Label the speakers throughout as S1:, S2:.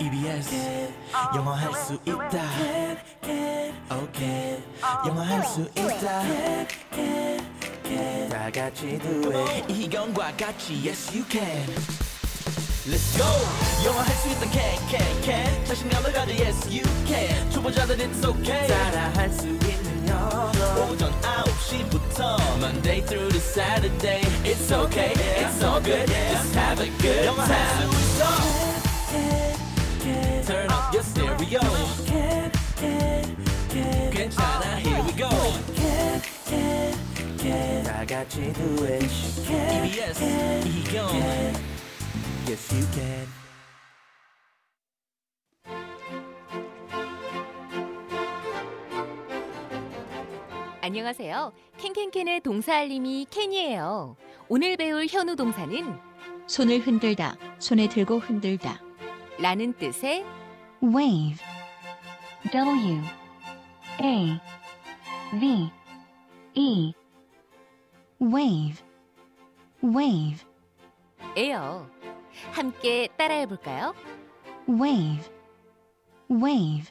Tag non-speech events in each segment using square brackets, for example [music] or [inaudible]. S1: EBS 영어 할 수 있다 오케이 영어 할 수 있다 다 같이 do it 이희경과 같이 yes you can Let's go 영어 할 수 있다 can can can 자신감을 가져 yes you can 초보자들 it's okay 따라 할 수 있는 영어 오전 9시부터 Monday through to Saturday It's okay it's all good just have a good time 영어 할수 있어 Turn up your stereo. 괜찮아, here we go. 다 같이 do it. EBS, 이경. Yes, you can.
S2: 안녕하세요. 캔캔캔의 동사 알림이 캔이에요. 오늘 배울 현우 동사는
S3: 손을 흔들다, 손에 들고 흔들다.
S2: 라는 뜻의
S4: wave w a v e wave wave
S2: 에요. 함께 따라해 볼까요?
S4: wave wave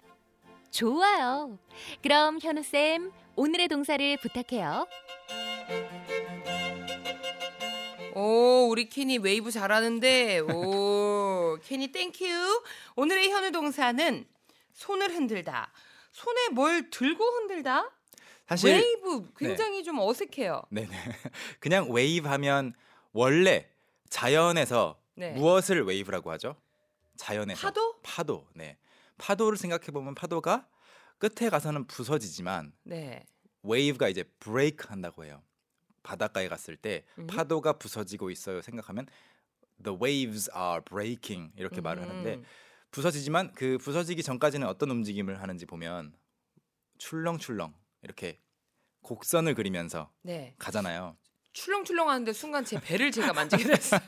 S2: 좋아요. 그럼 현우쌤, 오늘의 동사를 부탁해요.
S5: 오, 우리 캔이 웨이브 잘하는데, 오, [laughs] 캔이 땡큐. 오늘의 현우 동사는 손을 흔들다. 손에 뭘 들고 흔들다?
S6: 사실 네.
S5: 웨이브 굉장히 좀 어색해요.
S6: 네네 [laughs] 그냥 웨이브 하면 원래 자연에서
S5: 네.
S6: 무엇을 웨이브라고 하죠? 자연에서
S5: 파도?
S6: 파도 네 파도를 생각해 보면 파도가 끝에 가서는 부서지지만
S5: 네.
S6: 웨이브가 이제 브레이크 한다고 해요. 바닷가에 갔을 때
S5: 음.
S6: 파도가 부서지고 있어요 생각하면 the waves are breaking 이렇게 말을 하는데
S5: 음.
S6: 부서지지만 그 부서지기 전까지는 어떤 움직임을 하는지 보면 출렁출렁 이렇게 곡선을 그리면서
S5: 네.
S6: 가잖아요.
S5: 출렁출렁 하는데 순간 제 배를
S6: [laughs]
S5: 제가 만지게 됐어요.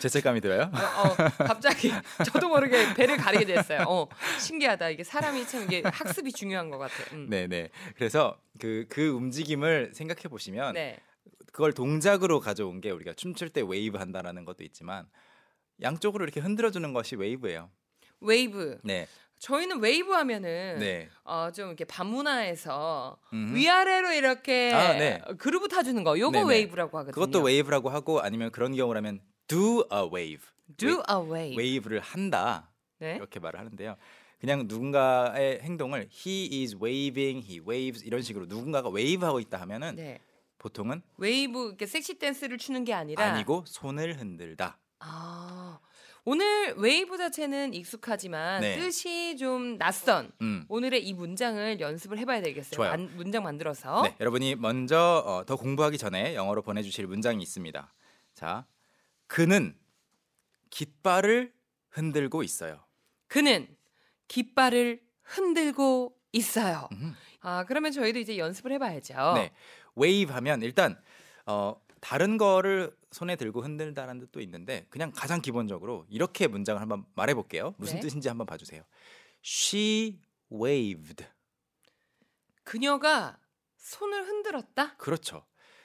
S6: 죄책감이 들어요?
S5: 어, 갑자기 저도 모르게 배를 가리게 됐어요. 어, 신기하다. 이게 사람이 참 이게 학습이 중요한 것 같아요. 음.
S6: 네, 네. 그래서 그 그 움직임을 생각해 보시면
S5: 네.
S6: 그걸 동작으로 가져온 게 우리가 춤출 때 웨이브 한다라는 것도 있지만 양쪽으로 이렇게 흔들어 주는 것이 웨이브예요.
S5: 웨이브.
S6: 네.
S5: 저희는 웨이브 하면은
S6: 네.
S5: 어, 좀 이렇게 반문화에서
S6: 음.
S5: 위아래로 이렇게
S6: 아, 네.
S5: 그루브 타주는 거 요거
S6: 네네.
S5: 웨이브라고 하거든요.
S6: 그것도 웨이브라고 하고 아니면 그런 경우라면 do a wave.
S5: do a wave.
S6: 웨이브를 한다.
S5: 네.
S6: 이렇게 말을 하는데요. 그냥 누군가의 행동을 he is waving, he waves 이런 식으로 누군가가 웨이브하고 있다 하면은
S5: 네.
S6: 보통은
S5: 웨이브 이렇게 섹시 댄스를 추는 게 아니라
S6: 아니고 손을 흔들다.
S5: 아, 오늘 웨이브 자체는 익숙하지만
S6: 네.
S5: 뜻이 좀 낯선
S6: 음.
S5: 오늘의 이 문장을 연습을 해봐야 되겠어요.
S6: 좋아요.
S5: 만- 문장 만들어서
S6: 네, 여러분이 먼저 어, 더 공부하기 전에 영어로 보내주실 문장이 있습니다. 자, 그는 깃발을 흔들고 있어요.
S5: 그는 깃발을 흔들고 있어요.
S6: 음.
S5: 아 그러면 저희도 이제 연습을 해봐야죠.
S6: 네, 웨이브 하면 일단 어, 다른 거를 손에 들고 흔들다라는 뜻도 있는데 그냥 가장 기본적으로 이렇게 문장을 한번 말해볼게요.
S5: 네.
S6: 무슨 뜻인지 한번 봐주세요. She waved.
S5: 그녀가 손을 흔들었다.
S6: 그렇죠.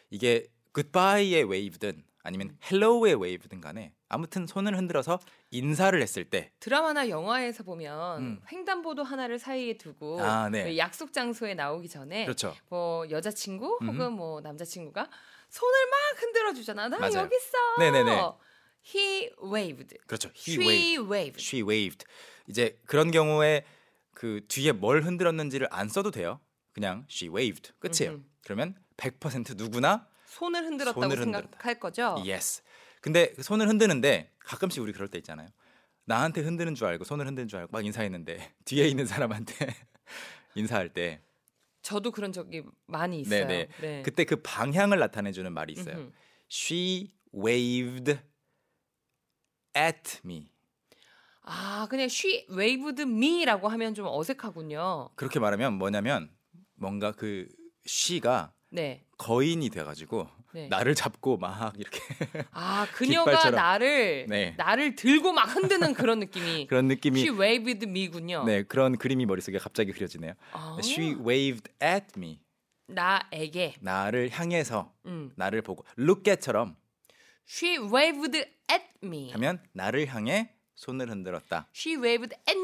S6: 이게 goodbye의 웨이브든 아니면 hello의 웨이브든 간에 아무튼 손을 흔들어서 인사를 했을 때
S5: 드라마나 영화에서 보면
S6: 음.
S5: 횡단보도 하나를 사이에 두고
S6: 아, 네.
S5: 왜 약속 장소에 나오기 전에
S6: 그렇죠.
S5: 뭐 여자친구
S6: 음.
S5: 혹은 뭐 남자친구가 손을 막 흔들어 주잖아. 나
S6: 맞아요.
S5: 여기 있어.
S6: 네네네.
S5: He waved.
S6: 그렇죠. He waved.
S5: She waved.
S6: She waved. 이제 그런 경우에 그 뒤에 뭘 흔들었는지를 안 써도 돼요. 그냥 she waved. 끝이에요.
S5: 음흠.
S6: 그러면 100% 누구나
S5: 손을 흔들었다고
S6: 손을 흔들었다. 예.
S5: 생각할 거죠.
S6: yes. 근데 그 손을 흔드는데 가끔씩 우리 그럴 때 있잖아요. 나한테 흔드는 줄 알고 손을 흔드는 줄 알고 막 인사했는데 [laughs] 뒤에 있는 사람한테 인사할 때
S5: 저도 그런 적이 많이 있어요.
S6: 네네.
S5: 네.
S6: 그때 그 방향을 나타내 주는 말이 있어요.
S5: 음흠.
S6: She waved at me.
S5: 아, 그냥 she waved me라고 하면 좀 어색하군요.
S6: 그렇게 말하면 뭐냐면 뭔가 그 she가
S5: 네.
S6: 거인이 돼가지고
S5: 네.
S6: 나를 잡고 막 이렇게 [laughs]
S5: 아, 그녀가
S6: 깃발처럼.
S5: 나를
S6: 네.
S5: 나를 들고 막 흔드는 그런 느낌이
S6: [laughs] 그런 느낌이
S5: She waved me군요.
S6: 네 그런 그림이 머릿속에 갑자기 그려지네요.
S5: 아,
S6: She waved at me.
S5: 나에게.
S6: 나를 향해서
S5: 음.
S6: 나를 보고 look at처럼
S5: She waved at me.
S6: 하면 나를 향해 손을 흔들었다.
S5: She waved at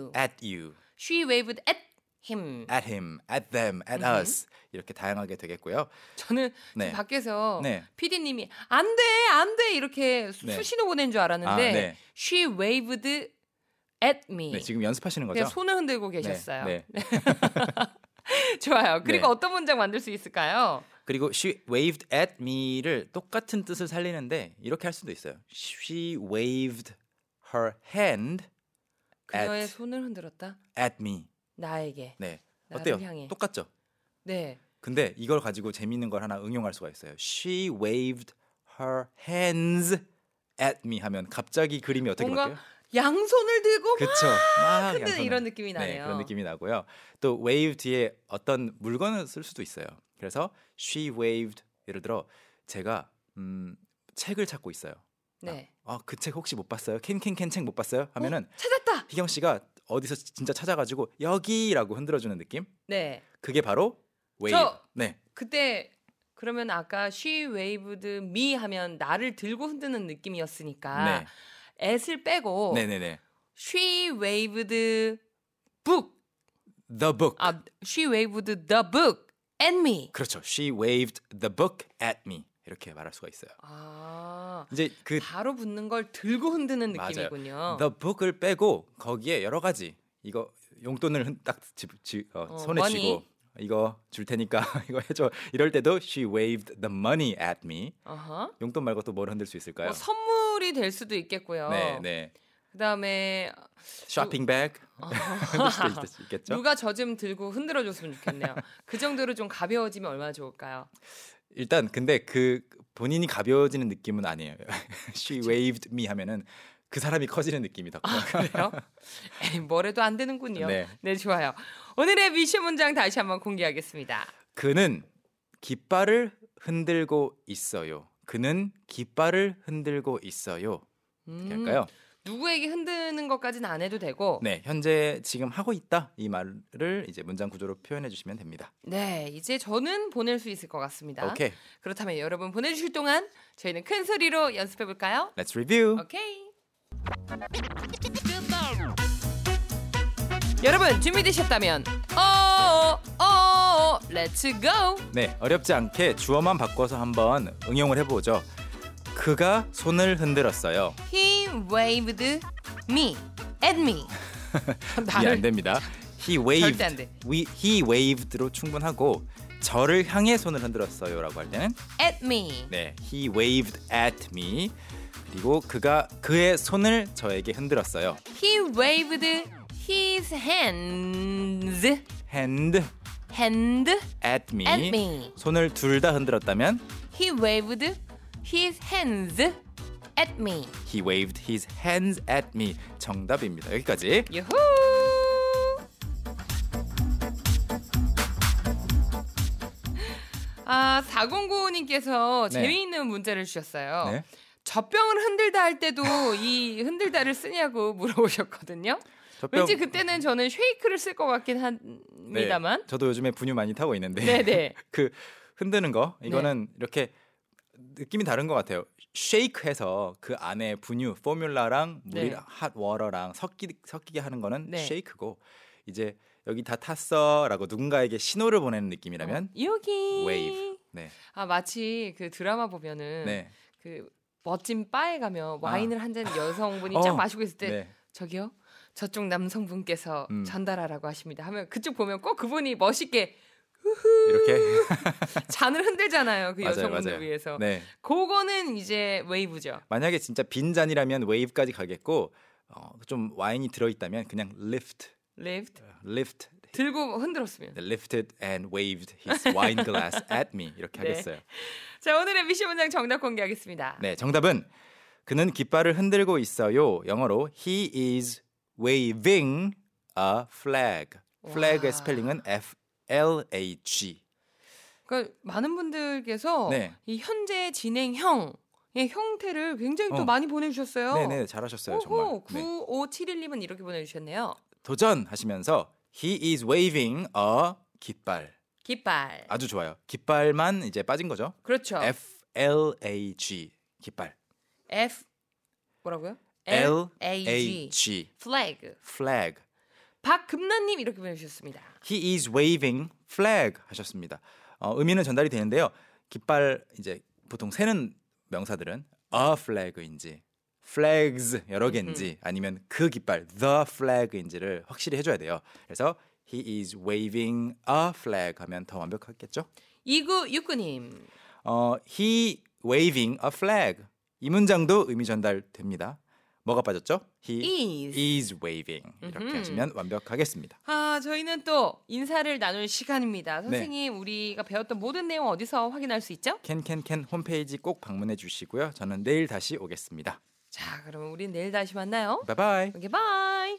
S5: you.
S6: At you,
S5: She waved at him.
S6: at him, at them, at us 이렇게 다양하게 되겠고요.
S5: 저는
S6: 네.
S5: 지금 밖에서
S6: 네.
S5: PD님이 안 돼, 안 돼, 이렇게 수-
S6: 네.
S5: 수신호 보낸 줄 알았는데
S6: 아, 네.
S5: she waved at me.
S6: 네, 지금 연습하시는 거죠?
S5: 그냥 손을 흔들고
S6: 네,
S5: 계셨어요.
S6: 네.
S5: [laughs] 좋아요. 그리고
S6: 네.
S5: 어떤 문장 만들 수 있을까요?
S6: 그리고 she waved at me를 똑같은 뜻을 살리는데 이렇게 할 수도 있어요. She waved her hand
S5: 그녀의
S6: At.
S5: 손을 흔들었다.
S6: at me.
S5: 나에게.
S6: 네.
S5: 나를
S6: 어때요?
S5: 향해.
S6: 똑같죠?
S5: 네.
S6: 근데 이걸 가지고 재미있는 걸 하나 응용할 수가 있어요. She waved her hands at me 하면 갑자기 그림이 어떻게
S5: 뭔가
S6: 바뀌어요?
S5: 양손을 들고 막
S6: 그쵸. 막
S5: 흔드는
S6: 양손을.
S5: 이런 느낌이
S6: 네,
S5: 나네요.
S6: 그런 느낌이 나고요. 또 wave 뒤에 어떤 물건을 쓸 수도 있어요. 그래서 she waved 예를 들어 제가 음, 책을 찾고 있어요.
S5: 네.
S6: 아, 그 책 혹시 못 봤어요? 캔캔캔 책 못 봤어요? 하면은
S5: 찾았다.
S6: 희경 씨가 어디서 진짜 찾아가지고 여기라고 흔들어주는 느낌?
S5: 네.
S6: 그게 바로 wave.
S5: 저!
S6: 네,
S5: 그때 그러면 아까 she waved me 하면 나를 들고 흔드는 느낌이었으니까
S6: 네,
S5: at을 빼고
S6: 네, 네, 네.
S5: she waved book
S6: The book.
S5: 아 she waved the book and me
S6: 그렇죠. She waved the book at me. 이렇게 말할 수가 있어요.
S5: 아
S6: 이제 그
S5: 바로 붙는 걸 들고 흔드는
S6: 맞아요.
S5: 느낌이군요.
S6: the book을 빼고 거기에 여러 가지 이거 용돈을 흔- 딱 지, 지, 어,
S5: 어,
S6: 손에
S5: money.
S6: 쥐고 이거 줄 테니까 [laughs] 이거 해줘 이럴 때도 she waved the money at me
S5: 어허.
S6: 용돈 말고 또 뭘 흔들 수 있을까요?
S5: 뭐 선물이 될 수도 있겠고요.
S6: 네, 네.
S5: 그다음에
S6: 쇼핑백
S5: 아.
S6: [laughs] 흔들 수도 있- 있겠죠.
S5: 누가 저 좀 들고 흔들어 줬으면 좋겠네요. 그 정도로 좀 가벼워지면 얼마나 좋을까요?
S6: 일단 근데 그 본인이 가벼워지는 느낌은 아니에요. [laughs] she waved me 하면은 그 사람이 커지는 느낌이 더 커요.
S5: 그래요? 에이, 뭐래도 안 되는군요. 네.
S6: 네.
S5: 좋아요. 오늘의 미션 문장 다시 한번 공개하겠습니다.
S6: [laughs] 그는 깃발을 흔들고 있어요. 그는 깃발을 흔들고 있어요.
S5: 음,
S6: 어떻게 할까요?
S5: 누구에게 흔드는 것까지는 안 해도 되고, 네.
S6: 네, 현재 지금 하고 있다 이 말을 이제 문장 구조로 표현해 주시면 됩니다.
S5: 네, 이제 저는 보낼 수 있을 것 같습니다.
S6: 오케이,
S5: 그렇다면 여러분 보내주실 동안 저희는 큰 소리로 연습해 볼까요?
S6: let's review.
S5: 오케이. 여러분 준비되셨다면 어, 어어어 렛츠 고.
S6: 네, 어렵지 않게 주어만 바꿔서 한번 응용을 해보죠. 그가 손을 흔들었어요.
S5: He waved me at me.
S6: 이해 예, 안 됩니다. He waved.
S5: 절대 안 돼.
S6: We, he waved로 충분하고 저를 향해 손을 흔들었어요라고 할 때는
S5: at me.
S6: 네, he waved at me. 그리고 그가 그의 손을 저에게 흔들었어요.
S5: He waved his hands
S6: Hand
S5: hand
S6: at me.
S5: at me.
S6: 손을 둘 다 흔들었다면
S5: He waved his hands at me.
S6: he waved his hands at me. 정답입니다. 여기까지.
S5: 유후. 아, 4095님께서
S6: 네.
S5: 재미있는 문제를 주셨어요.
S6: 네.
S5: 젖병을 흔들다 할 때도 이 흔들다를 쓰냐고 물어보셨거든요.
S6: 젖병-
S5: 왠지 그때는 저는 쉐이크를 쓸 것 같긴
S6: 네,
S5: 합니다만.
S6: 저도 요즘에 분유 많이 타고 있는데.
S5: 네네.
S6: [laughs]
S5: 네.
S6: 그 흔드는 거 이거는 이렇게 느낌이 다른 것 같아요. 쉐이크해서 그 안에 분유 포뮬라랑 물이랑 핫 워터랑 섞이 섞이게 하는 거는
S5: 네.
S6: 쉐이크고 이제 여기 다 탔어라고 누군가에게 신호를 보내는 느낌이라면
S5: 어, 여기.
S6: wave. 네.
S5: 아 마치 그 드라마 보면은
S6: 네. 아.
S5: 그 멋진 바에 가면 와인을 한 잔 여성분이
S6: 어.
S5: 쫙 마시고 있을 때
S6: 네.
S5: 저기요 저쪽 남성분께서
S6: 음.
S5: 전달하라고 하십니다 하면 그쪽 보면 꼭 그분이 멋있게
S6: 이렇게 [laughs]
S5: 잔을 흔들잖아요 음. 그
S6: 맞아요.
S5: 여성분들
S6: 맞아요.
S5: 위해서
S6: 네.
S5: 그거는 이제 웨이브죠
S6: 만약에 진짜 빈 잔이라면 웨이브까지 가겠고 어, 좀 와인이 들어 있다면 그냥 lift 어,
S5: 리프트
S6: lift
S5: 들고 흔들었으면
S6: 네. lifted and waved his
S5: [laughs]
S6: wine glass at me 이렇게
S5: 네.
S6: 하겠어요.
S5: 자 오늘의 미션 문장 정답 공개하겠습니다
S6: 네, 정답은 그는 깃발을 흔들고 있어요. 영어로 he is waving a flag. flag의 스펠링은 F L A G.
S5: 그러니까 많은 분들께서
S6: 네.
S5: 이 현재 진행형의 형태를 굉장히 또
S6: 어.
S5: 많이 보내주셨어요
S6: 네, 네, 잘하셨어요, 정말.
S5: 오호
S6: 네.
S5: 9571님은 이렇게 보내주셨네요
S6: 도전 하시면서 he is waving a 깃발.
S5: 깃발
S6: 아주 좋아요. 깃발만 이제 빠진 거죠.
S5: 그렇죠
S6: F L A G. 깃발.
S5: F 뭐라고요?
S6: L
S5: A G.
S6: A G.
S5: flag.
S6: flag.
S5: 박금란님 이렇게 보내주셨습니다.
S6: He is waving flag 하셨습니다. 어, 의미는 전달이 되는데요. 깃발 이제 보통 세는 명사들은 a flag인지 flags 여러
S5: 음.
S6: 개인지 아니면 그 깃발 the flag인지를 확실히 해줘야 돼요. 그래서 he is waving a flag 하면 더 완벽하겠죠?
S5: 이구 육구님.
S6: 어, he waving a flag 이 문장도 의미 전달됩니다. 뭐가 빠졌죠? He
S5: Is.
S6: is waving 이렇게
S5: 음흠.
S6: 하시면 완벽하겠습니다.
S5: 아, 저희는 또 인사를 나눌 시간입니다.
S6: 네.
S5: 선생님, 우리가 배웠던 모든 내용 어디서 확인할 수 있죠?
S6: 캔캔캔 홈페이지 꼭 방문해 주시고요. 저는 내일 다시 오겠습니다.
S5: 자, 그러면 우리 내일 다시 만나요.
S6: 바이바이.
S5: 오케이, 바이.